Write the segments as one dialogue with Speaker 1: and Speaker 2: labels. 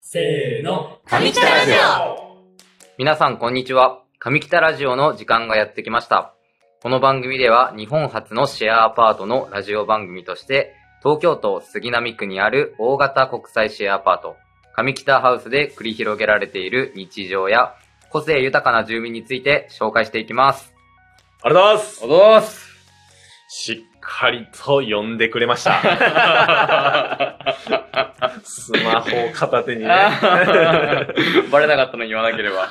Speaker 1: せーの。
Speaker 2: 上北ラジ皆さん、こんにちは。上北ラジオの時間がやってきました。この番組では、日本初のシェアアパートのラジオ番組として、東京都杉並区にある大型国際シェアアパート、上北ハウスで繰り広げられている日常や、個性豊かな住民について紹介していきます。
Speaker 3: ありがとうございます。
Speaker 4: どうす
Speaker 3: しっかりと呼んでくれました。スマホを片手 にね。いや、
Speaker 4: バレなかったの言わなければ。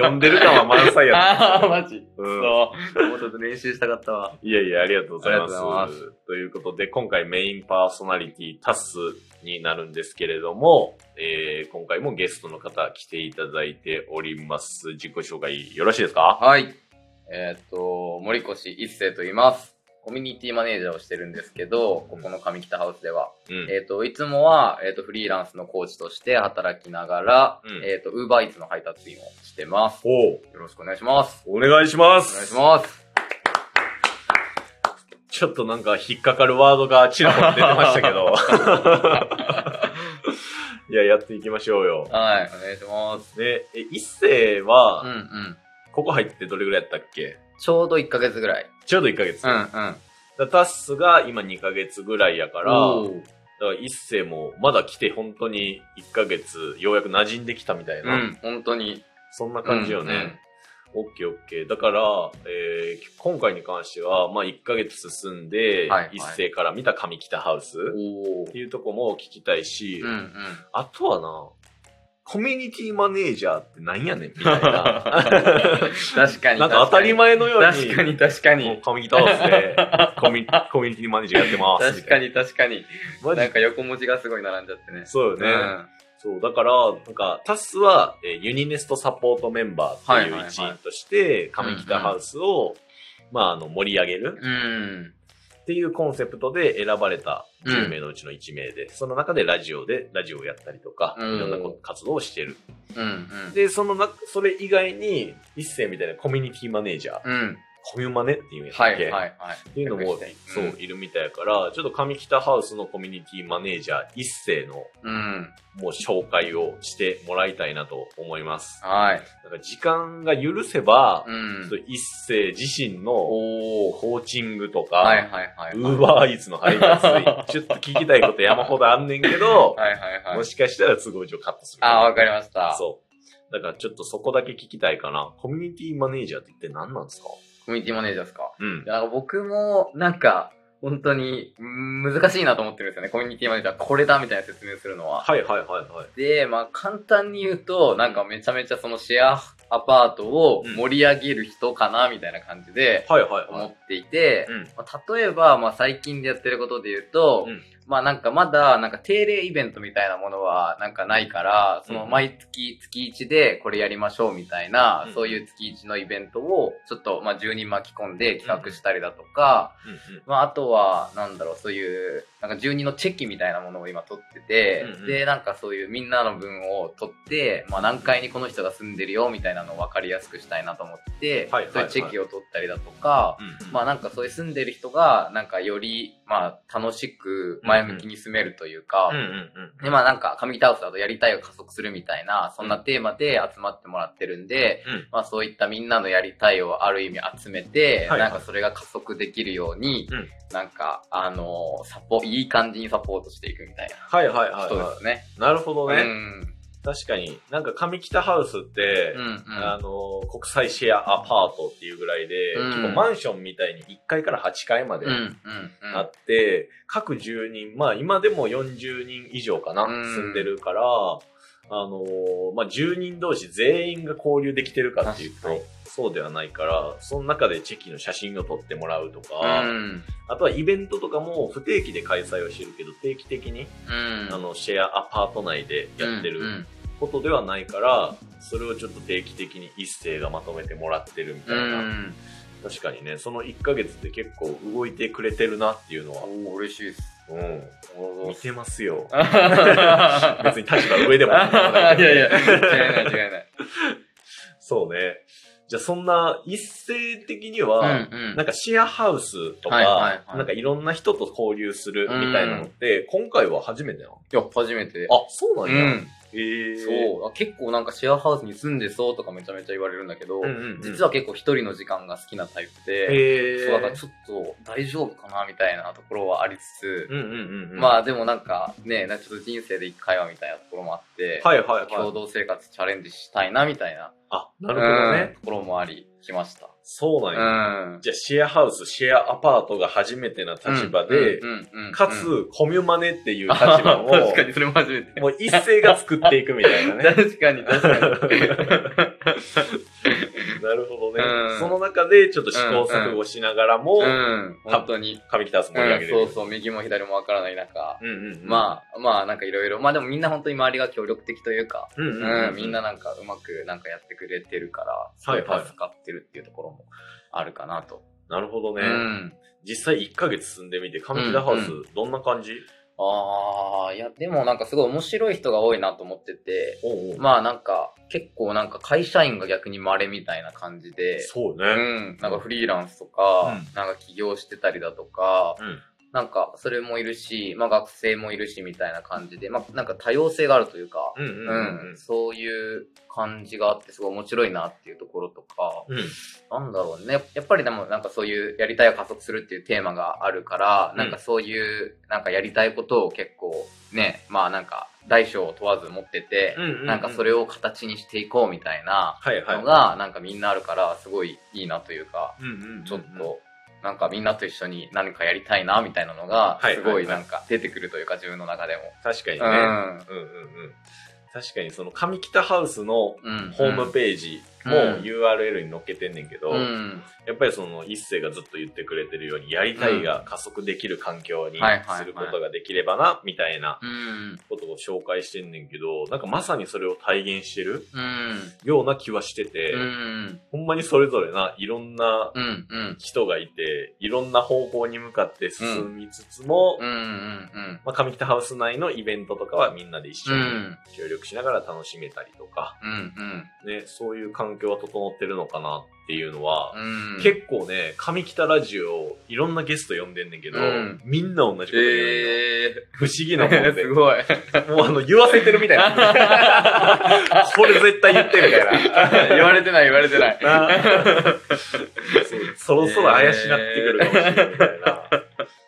Speaker 3: 呼んでる感は満載やっ
Speaker 4: ああ、 マジ。
Speaker 3: た。うん
Speaker 4: そう。もうちょっと練習したかったわ。
Speaker 3: いやいや、ありがとうございます。
Speaker 4: あ
Speaker 3: と
Speaker 4: り
Speaker 3: い
Speaker 4: がとうございま
Speaker 3: うことで、今回メインパーソナリティタスになるんですけれども、えー今回もゲストの方来ていただいております。自己紹介よろしいですか
Speaker 4: はい。えーっと、森越一生と言います。コミュニティマネージャーをしてるんですけど、ここの上北ハウスでは。
Speaker 3: うん。
Speaker 4: えーっと、いつもは、えーっと、フリーランスのコーチとして働きながら、
Speaker 3: うん
Speaker 4: えーっと、ウーバーイーツの配達員をしてます。よ
Speaker 3: おう
Speaker 4: ろしくお願いします。
Speaker 3: お願いしま
Speaker 4: お願いし
Speaker 3: す。
Speaker 4: ます。
Speaker 3: ちょっとなんか引っかかるワードがちらほら出てました けど。いや、やっていきましょうよ。
Speaker 4: はい、お願いします。
Speaker 3: で、え一世
Speaker 4: うんう
Speaker 3: は、
Speaker 4: ん。
Speaker 3: ここ入ってどれぐらいやったっけ
Speaker 4: ちょうど1ヶ月ぐらい。
Speaker 3: ちょうど1ヶ月。
Speaker 4: うんう
Speaker 3: だか
Speaker 4: ん。
Speaker 3: らタッスが今2ヶ月ぐらいやから、
Speaker 4: お
Speaker 3: だ
Speaker 4: ー
Speaker 3: から一世もまだ来て本当に1ヶ月、ようやく馴染んできたみたいうな、
Speaker 4: ん、本当に。
Speaker 3: そんな感じよね。
Speaker 4: うんうん
Speaker 3: オッケーオッケー。だから、えー今回に関しては、まあ1ヶ月進んで、
Speaker 4: はいはい
Speaker 3: 一世から見た上北ハウスっ
Speaker 4: おー
Speaker 3: ていうとこも聞きたいし、
Speaker 4: うんうん。
Speaker 3: あとはな、コミュニティマネージャーってなんやねんみたいな。
Speaker 4: 確かに。
Speaker 3: なんか当たり前のように、
Speaker 4: 確かに、確か
Speaker 3: もう
Speaker 4: に。
Speaker 3: 上北ハウスでコミュコミュニティマネージャーやってますみ
Speaker 4: 確
Speaker 3: た
Speaker 4: か
Speaker 3: い
Speaker 4: に、確かに。
Speaker 3: な。マジ
Speaker 4: なんか横文字がすごい並んじゃってね。
Speaker 3: そうよね、そう、だから、なんか、タスは、えーユニネストサポートメンバーって
Speaker 4: はいはい
Speaker 3: い
Speaker 4: は
Speaker 3: う
Speaker 4: い
Speaker 3: 一員として、上北ハウスを、まあ、あの、盛り上げる
Speaker 4: うん。
Speaker 3: っていうコンセプトで選ばれた10名のうちの1名で、その中でラジオで、ラジオをやったりとか、
Speaker 4: うん
Speaker 3: いろんなこ活動をしてる。
Speaker 4: うん。うん。
Speaker 3: で、そのな、それ以外に、一世みたいなコミュニティマネージャー、
Speaker 4: うん。
Speaker 3: コミュマネっていうんやった
Speaker 4: は
Speaker 3: っ
Speaker 4: い、
Speaker 3: け、
Speaker 4: はい、はい。っ
Speaker 3: っていうのも、そう、いるみたいやから、ちょっと上北ハウスのコミュニティマネージャー一世の
Speaker 4: うん。
Speaker 3: もう紹介をしてもらいたいなと思います。
Speaker 4: はい。
Speaker 3: なんか時間が許せば、
Speaker 4: う
Speaker 3: ちょ
Speaker 4: ん
Speaker 3: っと。一世自身の
Speaker 4: おー。
Speaker 3: コーチングとか、
Speaker 4: はい、はい、はい。
Speaker 3: ウーバーイーツの配達 員、ちょっと聞きたいこと山ほどあんねんけど、
Speaker 4: はい、はい、は
Speaker 3: も
Speaker 4: い。
Speaker 3: しかしたら都合上カットする。
Speaker 4: あー、わかりました。
Speaker 3: そう。だからちょっとそこだけ聞きたいかな。コミュニティマネージャーって一体何なんですか
Speaker 4: コミュニティマネージャーですか。
Speaker 3: うん
Speaker 4: い。や僕も、なんか、本当に、うん難しいなと思ってるんですよね。コミュニティマネージャー、これだみたいな説明するのは。
Speaker 3: はいはいはいはい。
Speaker 4: で、まあ、簡単に言うと、なんかめちゃめちゃそのシェアアパートを盛り上げる人かな、みたいな感じで
Speaker 3: はいはいは
Speaker 4: 思
Speaker 3: い。
Speaker 4: っていて、
Speaker 3: うん。
Speaker 4: まあ例えば、まあ、最近でやってることで言うと、
Speaker 3: うん
Speaker 4: まあなんかまだ、なんか定例イベントみたいなものはなんかないから、その
Speaker 3: うん
Speaker 4: 毎月月1でこれやりましょうみたいな、
Speaker 3: うん
Speaker 4: そういう月1のイベントをちょっとまあ10人巻き込んで企画したりだとか、
Speaker 3: うんうん
Speaker 4: まああとは、なんだろう、そういう、なんか10人のチェキみたいなものを今取ってて、
Speaker 3: うんうん
Speaker 4: で、なんかそういうみんなの分を取って、まあ何階にこの人が住んでるよみたいなのを分かりやすくしたいなと思って、
Speaker 3: はいはいはい
Speaker 4: そういうチェキを取ったりだとか、
Speaker 3: うん
Speaker 4: まあなんかそういう住んでる人が、なんかより、まあ楽しく前向きに住めるというか、
Speaker 3: うんうんうん。
Speaker 4: でまあなんか上北ハウスだとやりたいを加速するみたいな、そんなテーマで集まってもらってるんで、
Speaker 3: うん
Speaker 4: まあそういったみんなのやりたいをある意味集めて、
Speaker 3: はいはい
Speaker 4: なんかそれが加速できるように、
Speaker 3: うん
Speaker 4: なんかあのサポ、いい感じにサポートしていくみたい
Speaker 3: はいはい
Speaker 4: な
Speaker 3: はい、
Speaker 4: 人で
Speaker 3: は
Speaker 4: すね。
Speaker 3: い。なるほどね。
Speaker 4: うん。
Speaker 3: 確かに。なんか上北ハウスって、
Speaker 4: うんうん。
Speaker 3: あの、国際シェアアパートっていうぐらいで、
Speaker 4: うん
Speaker 3: 結構マンションみたいに1階から8階まで
Speaker 4: うんうんうん。
Speaker 3: あって、各住人、まあ今でも40人以上かな、
Speaker 4: うん
Speaker 3: 住んでるから、あのまあ住人同士全員が交流できてるかっていう
Speaker 4: 確
Speaker 3: と、そうではないから、その中でチェキの写真を撮ってもらうとか、
Speaker 4: うん。
Speaker 3: あとはイベントとかも不定期で開催をしてるけど、定期的に、
Speaker 4: うん。
Speaker 3: あの、シェアアパート内でやってる。
Speaker 4: うん
Speaker 3: ことではないから、それをちょっと定期的に一斉がまとめてもらってるみた
Speaker 4: う
Speaker 3: い
Speaker 4: ん。う
Speaker 3: な。
Speaker 4: ん。
Speaker 3: 確かにね、その1ヶ月で結構動いてくれてるなっていうのは、
Speaker 4: おー嬉しいです。
Speaker 3: う
Speaker 4: おー。
Speaker 3: ん。見てますよ別に立場上でも
Speaker 4: あははは
Speaker 3: ない
Speaker 4: いやいや、違いない違いない。
Speaker 3: そうね。じゃあそんな一斉的に
Speaker 4: うん
Speaker 3: は、
Speaker 4: うん
Speaker 3: なんかシェアハウスとか、
Speaker 4: はいはいはい
Speaker 3: なんかいろんな人と交流するみたいなのって、今回は初めてなの
Speaker 4: いや、初めて。
Speaker 3: あ、そうな
Speaker 4: うん
Speaker 3: や。
Speaker 4: ん。
Speaker 3: えー、
Speaker 4: そうあ。結構なんかシェアハウスに住んでそうとかめちゃめちゃ言われるんだけど、
Speaker 3: うんうんうん
Speaker 4: 実は結構一人の時間が好きなタイプで、
Speaker 3: へ
Speaker 4: そうだからちょっと大丈夫かなみたいなところはありつつ、
Speaker 3: うんうんうん。
Speaker 4: ま
Speaker 3: あ、
Speaker 4: あでもなんかね、なんかちょっと人生で一回はみたいなところもあって、
Speaker 3: はいはいは
Speaker 4: 共
Speaker 3: い。
Speaker 4: 同生活チャレンジしたいなみたいな、
Speaker 3: あ、なるほど
Speaker 4: うん
Speaker 3: ね。
Speaker 4: ところもあり、来ました。
Speaker 3: そうなん
Speaker 4: う
Speaker 3: や。
Speaker 4: ん。
Speaker 3: じゃあシェアハウス、シェアアパートが初めてな立場で、
Speaker 4: うんうんうんうん
Speaker 3: か
Speaker 4: うん
Speaker 3: つ、コミュマネっていう立場 を、
Speaker 4: 確かにそれも初めて。
Speaker 3: もう一斉が作っていくみたいなね。
Speaker 4: 確かに確かに。
Speaker 3: なるほどね、
Speaker 4: うん
Speaker 3: その中でちょっと試行錯誤しながらも、
Speaker 4: うん、本当に。
Speaker 3: 上北さん盛り上げれる。
Speaker 4: そうそう、右も左もわからない中、
Speaker 3: うんうんうん、
Speaker 4: まあ、まあ、なんかいろいろ、まあでもみんな本当に周りが協力的というか、
Speaker 3: あ、うんう
Speaker 4: うん
Speaker 3: うん
Speaker 4: ん、みんななんかうまくなんかやってくれてるから、すご
Speaker 3: はいいはい
Speaker 4: 助かってるっていうところもあるかなと。
Speaker 3: なるほど
Speaker 4: う
Speaker 3: ね、
Speaker 4: ん。
Speaker 3: 実際1ヶ月住んでみて、上北ハウス、
Speaker 4: うん
Speaker 3: どんな感じ
Speaker 4: ああ、いや、でもなんかすごい面白い人が多いなと思ってて、
Speaker 3: おうおう
Speaker 4: まあなんか、結構なんか会社員が逆に稀みたいな感じで、
Speaker 3: そう
Speaker 4: う
Speaker 3: ね。
Speaker 4: ん、なんかフリーランスとか、
Speaker 3: う
Speaker 4: なんか起業してたりだとか、
Speaker 3: うん
Speaker 4: なんかそれもいるし、まあ学生もいるしみたいな感じで、まあなんか多様性があるというか、
Speaker 3: うんうん
Speaker 4: う
Speaker 3: うん
Speaker 4: ん、そういう感じがあってすごい面白いなっていうところとか、
Speaker 3: うん。うん
Speaker 4: なんだろうね。やっぱりでもなんかそういうやりたいを加速するっていうテーマがあるから、
Speaker 3: うん
Speaker 4: なんかそういうなんかやりたいことを結構ね、まあなんか大小を問わず持ってて、
Speaker 3: うんうんうん
Speaker 4: なんかそれを形にしていこうみたいな
Speaker 3: はいはい。
Speaker 4: のがなんかみんなあるからすごいいいなというか、
Speaker 3: うんうんうんうん
Speaker 4: ちょっと、なんかみんなと一緒に何かやりたいな、みたいなのが、
Speaker 3: はい
Speaker 4: すごい
Speaker 3: はい
Speaker 4: な
Speaker 3: はい
Speaker 4: んか出てくるというか、自分の中でも。
Speaker 3: 確かにね。うんうんうん。確かにその上北ハウスの
Speaker 4: うん。うん。
Speaker 3: ホームページも
Speaker 4: うん
Speaker 3: URL に載っけてんねんけど、
Speaker 4: うん。
Speaker 3: やっぱりその一世がずっと言ってくれてるように、やりたいが加速できる環境に
Speaker 4: はいはいはい
Speaker 3: することができればな、みたいな
Speaker 4: うん。
Speaker 3: ことを紹介してんねんけど、なんかまさにそれを体現してる
Speaker 4: うん。
Speaker 3: ような気はしてて、
Speaker 4: うん。
Speaker 3: ほんまにそれぞれないろんな
Speaker 4: うん。うん。
Speaker 3: 人がいて、いろんな方向に向かって進みつつも、
Speaker 4: うん。うん。
Speaker 3: まあ、上北ハウス内のイベントとかはみんなで一
Speaker 4: う
Speaker 3: 緒に
Speaker 4: ん。
Speaker 3: 協力しながら楽しめたりとか、
Speaker 4: うん。
Speaker 3: ね、そういう環境は整ってるのかなっていうのは、
Speaker 4: うん。
Speaker 3: 結構ね、上北ラジオ、いろんなゲスト呼んでんねんけど、
Speaker 4: うん
Speaker 3: みんな同じこと言う、
Speaker 4: え
Speaker 3: 不思議なもん
Speaker 4: ー。
Speaker 3: で。
Speaker 4: すごい。
Speaker 3: もうあの、言わせてるみた いな。これ絶対言ってみたいな。
Speaker 4: 言われてない、言われてない。
Speaker 3: な そろそろ怪しなってくるかもしれないみた いな。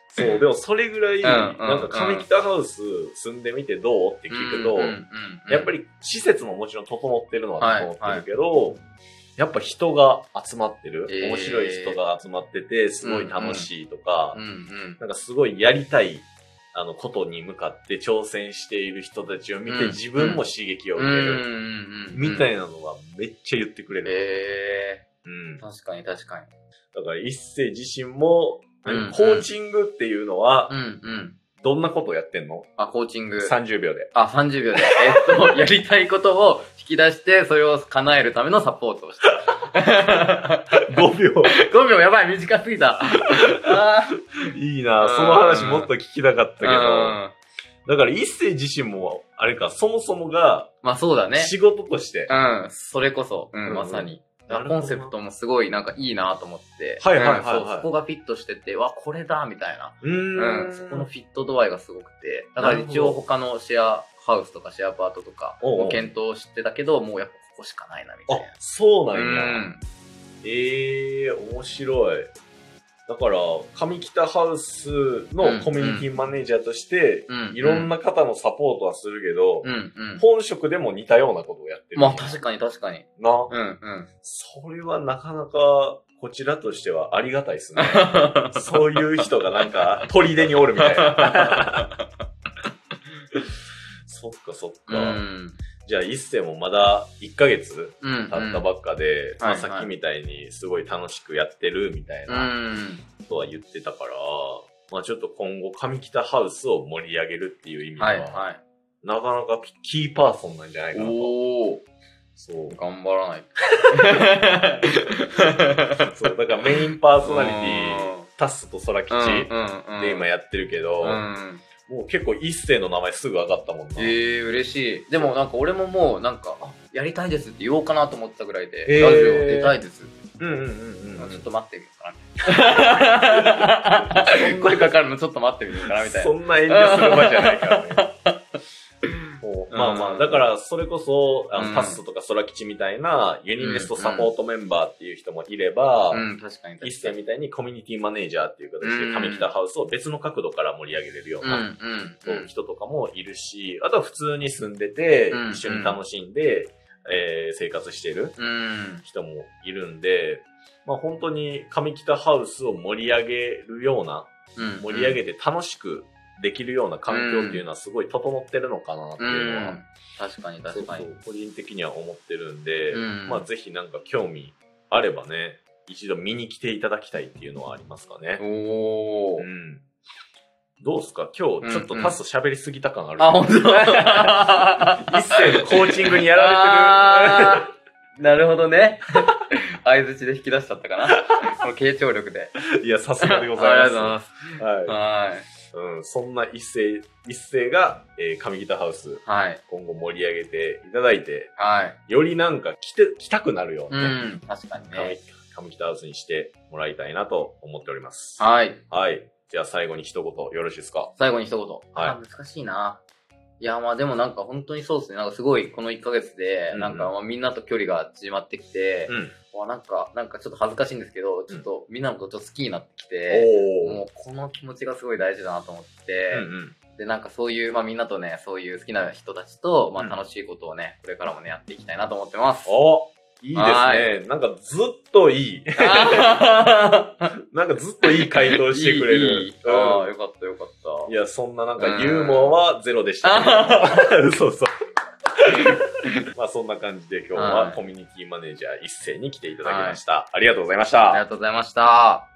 Speaker 3: そう、でもそれぐらい、
Speaker 4: んうん
Speaker 3: なんか上北ハウス住んでみてどうって聞くと、
Speaker 4: うんうんうん
Speaker 3: やっぱり施設ももちろん整ってるのは整ってるけど、やっぱ人が集まってる、
Speaker 4: えー
Speaker 3: 面白い人が集まってて、すごい楽しいとか、
Speaker 4: うんうん。
Speaker 3: なんかすごいやりたい、あの、ことに向かって挑戦している人たちを見
Speaker 4: う
Speaker 3: て
Speaker 4: ん
Speaker 3: 自分も刺激を
Speaker 4: う
Speaker 3: 受
Speaker 4: ん
Speaker 3: け
Speaker 4: う
Speaker 3: る、
Speaker 4: んうん。
Speaker 3: みた
Speaker 4: な。
Speaker 3: いなのはめっちゃ言ってくれる。
Speaker 4: え
Speaker 3: うん。
Speaker 4: ー。
Speaker 3: だ
Speaker 4: 確かに確かに。
Speaker 3: から一世自身も、
Speaker 4: うん
Speaker 3: コーチングっていうのは
Speaker 4: う、んうん。
Speaker 3: どんなことをやってんの、
Speaker 4: あ、コーチング。
Speaker 3: ?30 秒で。
Speaker 4: あ、30秒で。えっ と、やりたいことを引き出して、それを叶えるためのサポートをした。
Speaker 3: 5秒。
Speaker 4: 5秒やばい、短すぎた。あー
Speaker 3: いいなその話もっと聞きたかったけど。
Speaker 4: うん
Speaker 3: だから一世自身も、あれか、そもそもが、
Speaker 4: まあそうだね。
Speaker 3: 仕事として。
Speaker 4: うん、それこそ、う
Speaker 3: うん
Speaker 4: ん、まさに。
Speaker 3: なるほ
Speaker 4: コ
Speaker 3: ど
Speaker 4: ンセプトもすごいなんかいいなと思って。
Speaker 3: はいはいはいはい
Speaker 4: うんそうそこがフィットしてて、わ、これだみたいな。
Speaker 3: うーん
Speaker 4: うん、そこのフィット度合いがすごくて。だから一応他のシェアハウスとかシェアアパートとか
Speaker 3: おうおう
Speaker 4: も検討してたけど、もうやっぱここしかないなみた
Speaker 3: あ
Speaker 4: いな、
Speaker 3: そう。なんや。
Speaker 4: うん。
Speaker 3: ええ面白い。だから、上北ハウスのコミュニティマネージャーとして、
Speaker 4: うん
Speaker 3: いろんな方のサポートはするけど、
Speaker 4: うん、うん。
Speaker 3: 本職でも似たようなことをやってる。
Speaker 4: まあ確かに確かに。
Speaker 3: な、
Speaker 4: うん、うん。
Speaker 3: それはなかなか、こちらとしてはありがたいで すね。そういう人がなんか、砦におるみたいな。 そっかそっ
Speaker 4: う
Speaker 3: か。
Speaker 4: ん。
Speaker 3: じゃあ、一世もまだ1ヶ月
Speaker 4: うん。
Speaker 3: 経ったばっかで、まあ
Speaker 4: はいはい
Speaker 3: さっきみたいにすごい楽しくやってるみたい
Speaker 4: う
Speaker 3: な
Speaker 4: ん。
Speaker 3: ことは言ってたから、まあちょっと今後上北ハウスを盛り上げるっていう意味では、
Speaker 4: はいはい。
Speaker 3: なかなかピキーパーソンなんじゃないかなと。
Speaker 4: おお
Speaker 3: そう。
Speaker 4: 頑張らない
Speaker 3: そう、だからメインパーソナリティ、
Speaker 4: ィ
Speaker 3: タッスと空吉
Speaker 4: うんうん、
Speaker 3: で今やってるけど、
Speaker 4: うん、
Speaker 3: もう結構一世の名前すぐ上がったもんな。
Speaker 4: ええー、嬉しいでもなんか俺ももうなんかあやりたいですって言おうかなと思ってたぐらいで、
Speaker 3: えー
Speaker 4: ラジオ出たいですって
Speaker 3: うんうん
Speaker 4: 言う
Speaker 3: う
Speaker 4: の
Speaker 3: ん
Speaker 4: ちょ
Speaker 3: う
Speaker 4: っ
Speaker 3: ん。
Speaker 4: と待ってみようかな。 声かかるのちょっと待ってみようかなみたいな。
Speaker 3: そんな遠慮する場じゃないから ね。そうまあま
Speaker 4: う
Speaker 3: あ、
Speaker 4: ん
Speaker 3: だから、それこそ、あ
Speaker 4: う
Speaker 3: の
Speaker 4: ん
Speaker 3: タッスとか空吉みたいな、ユニベストサポートメンバーっていう人もいれば、
Speaker 4: うん、確かに確かに。
Speaker 3: 一世みたいにコミュニティマネージャーっていう形
Speaker 4: う
Speaker 3: で、
Speaker 4: ん
Speaker 3: 上北ハウスを別の角度から盛り上げれるよう
Speaker 4: うん、う
Speaker 3: な、
Speaker 4: ん
Speaker 3: そう人とかもいるし、あとは普通に住んでて
Speaker 4: う、ん
Speaker 3: 一緒に楽しんで、えー生活してる
Speaker 4: うん。うん。
Speaker 3: 人もいるんで、まあ本当に上北ハウスを盛り上げるような、
Speaker 4: うん。
Speaker 3: 盛り上
Speaker 4: げ
Speaker 3: げて楽しくできるような環境っていうのはすごい整ってるのかなって
Speaker 4: う
Speaker 3: いうのは、
Speaker 4: ん。確かに
Speaker 3: そう
Speaker 4: 確か
Speaker 3: そ
Speaker 4: に。
Speaker 3: う個人的には思ってるんで、
Speaker 4: うん
Speaker 3: まあぜひなんか興味あればね一度見に来ていただきたいっていうのはありますかね、
Speaker 4: お
Speaker 3: う
Speaker 4: ー。
Speaker 3: ん、どうですか今日ちょっと
Speaker 4: うんうん
Speaker 3: タス喋りすぎた感ある、
Speaker 4: あ、本当
Speaker 3: 一斉のコーチングにやられてる
Speaker 4: あーなるほど ね。相槌で引き出しちゃったかな。この傾聴力で。
Speaker 3: いやさすがでご
Speaker 4: あ
Speaker 3: ざい
Speaker 4: りがとうござい
Speaker 3: ま
Speaker 4: ますす。
Speaker 3: は
Speaker 4: はい
Speaker 3: うん、そんな一斉一斉が、えー、上北ハウス
Speaker 4: い。はい。
Speaker 3: 今後盛り上げていただいて
Speaker 4: はい。
Speaker 3: よりなんか来て、来たくなるよう
Speaker 4: う
Speaker 3: なね、
Speaker 4: ん。確かに
Speaker 3: 上
Speaker 4: ね。
Speaker 3: 上北ハウスにしてもらいたいなと思っております。
Speaker 4: はい。
Speaker 3: はい。じゃあ最後に一言よろしいですか
Speaker 4: 最後に一言。
Speaker 3: はい
Speaker 4: あ難しいな。いや、まあでもなんか本当にそうですね。なんかすごいこの1ヶ月で
Speaker 3: う、ん
Speaker 4: なんかまあみんなと距離が縮まってきて、
Speaker 3: うん。
Speaker 4: わなんか、なんかちょっと恥ずかしいんですけど、ちょっとみんなのこと好きになってきて、も
Speaker 3: お
Speaker 4: うこの気持ちがすごい大事だなと思って、
Speaker 3: うんうん。
Speaker 4: で、なんかそういう、まあみんなとね、そういう好きな人たちと、まあ
Speaker 3: うん
Speaker 4: 楽しいことをね、これからもね、やっていきたいなと思ってます。
Speaker 3: おいい
Speaker 4: は
Speaker 3: ですね。なんかずっとい い。
Speaker 4: あー
Speaker 3: なんかずっといい回答してくれる。
Speaker 4: いいいい
Speaker 3: うん
Speaker 4: ああ、よかったよかった
Speaker 3: い。や、そんななんかユーモアはゼロでしたけど。 そうそう。まあそんな感じで今日は
Speaker 4: はい
Speaker 3: コミュニティマネージャー一斉に来ていただきました。ありがとうございまし
Speaker 4: あ
Speaker 3: た。
Speaker 4: りがとうございました。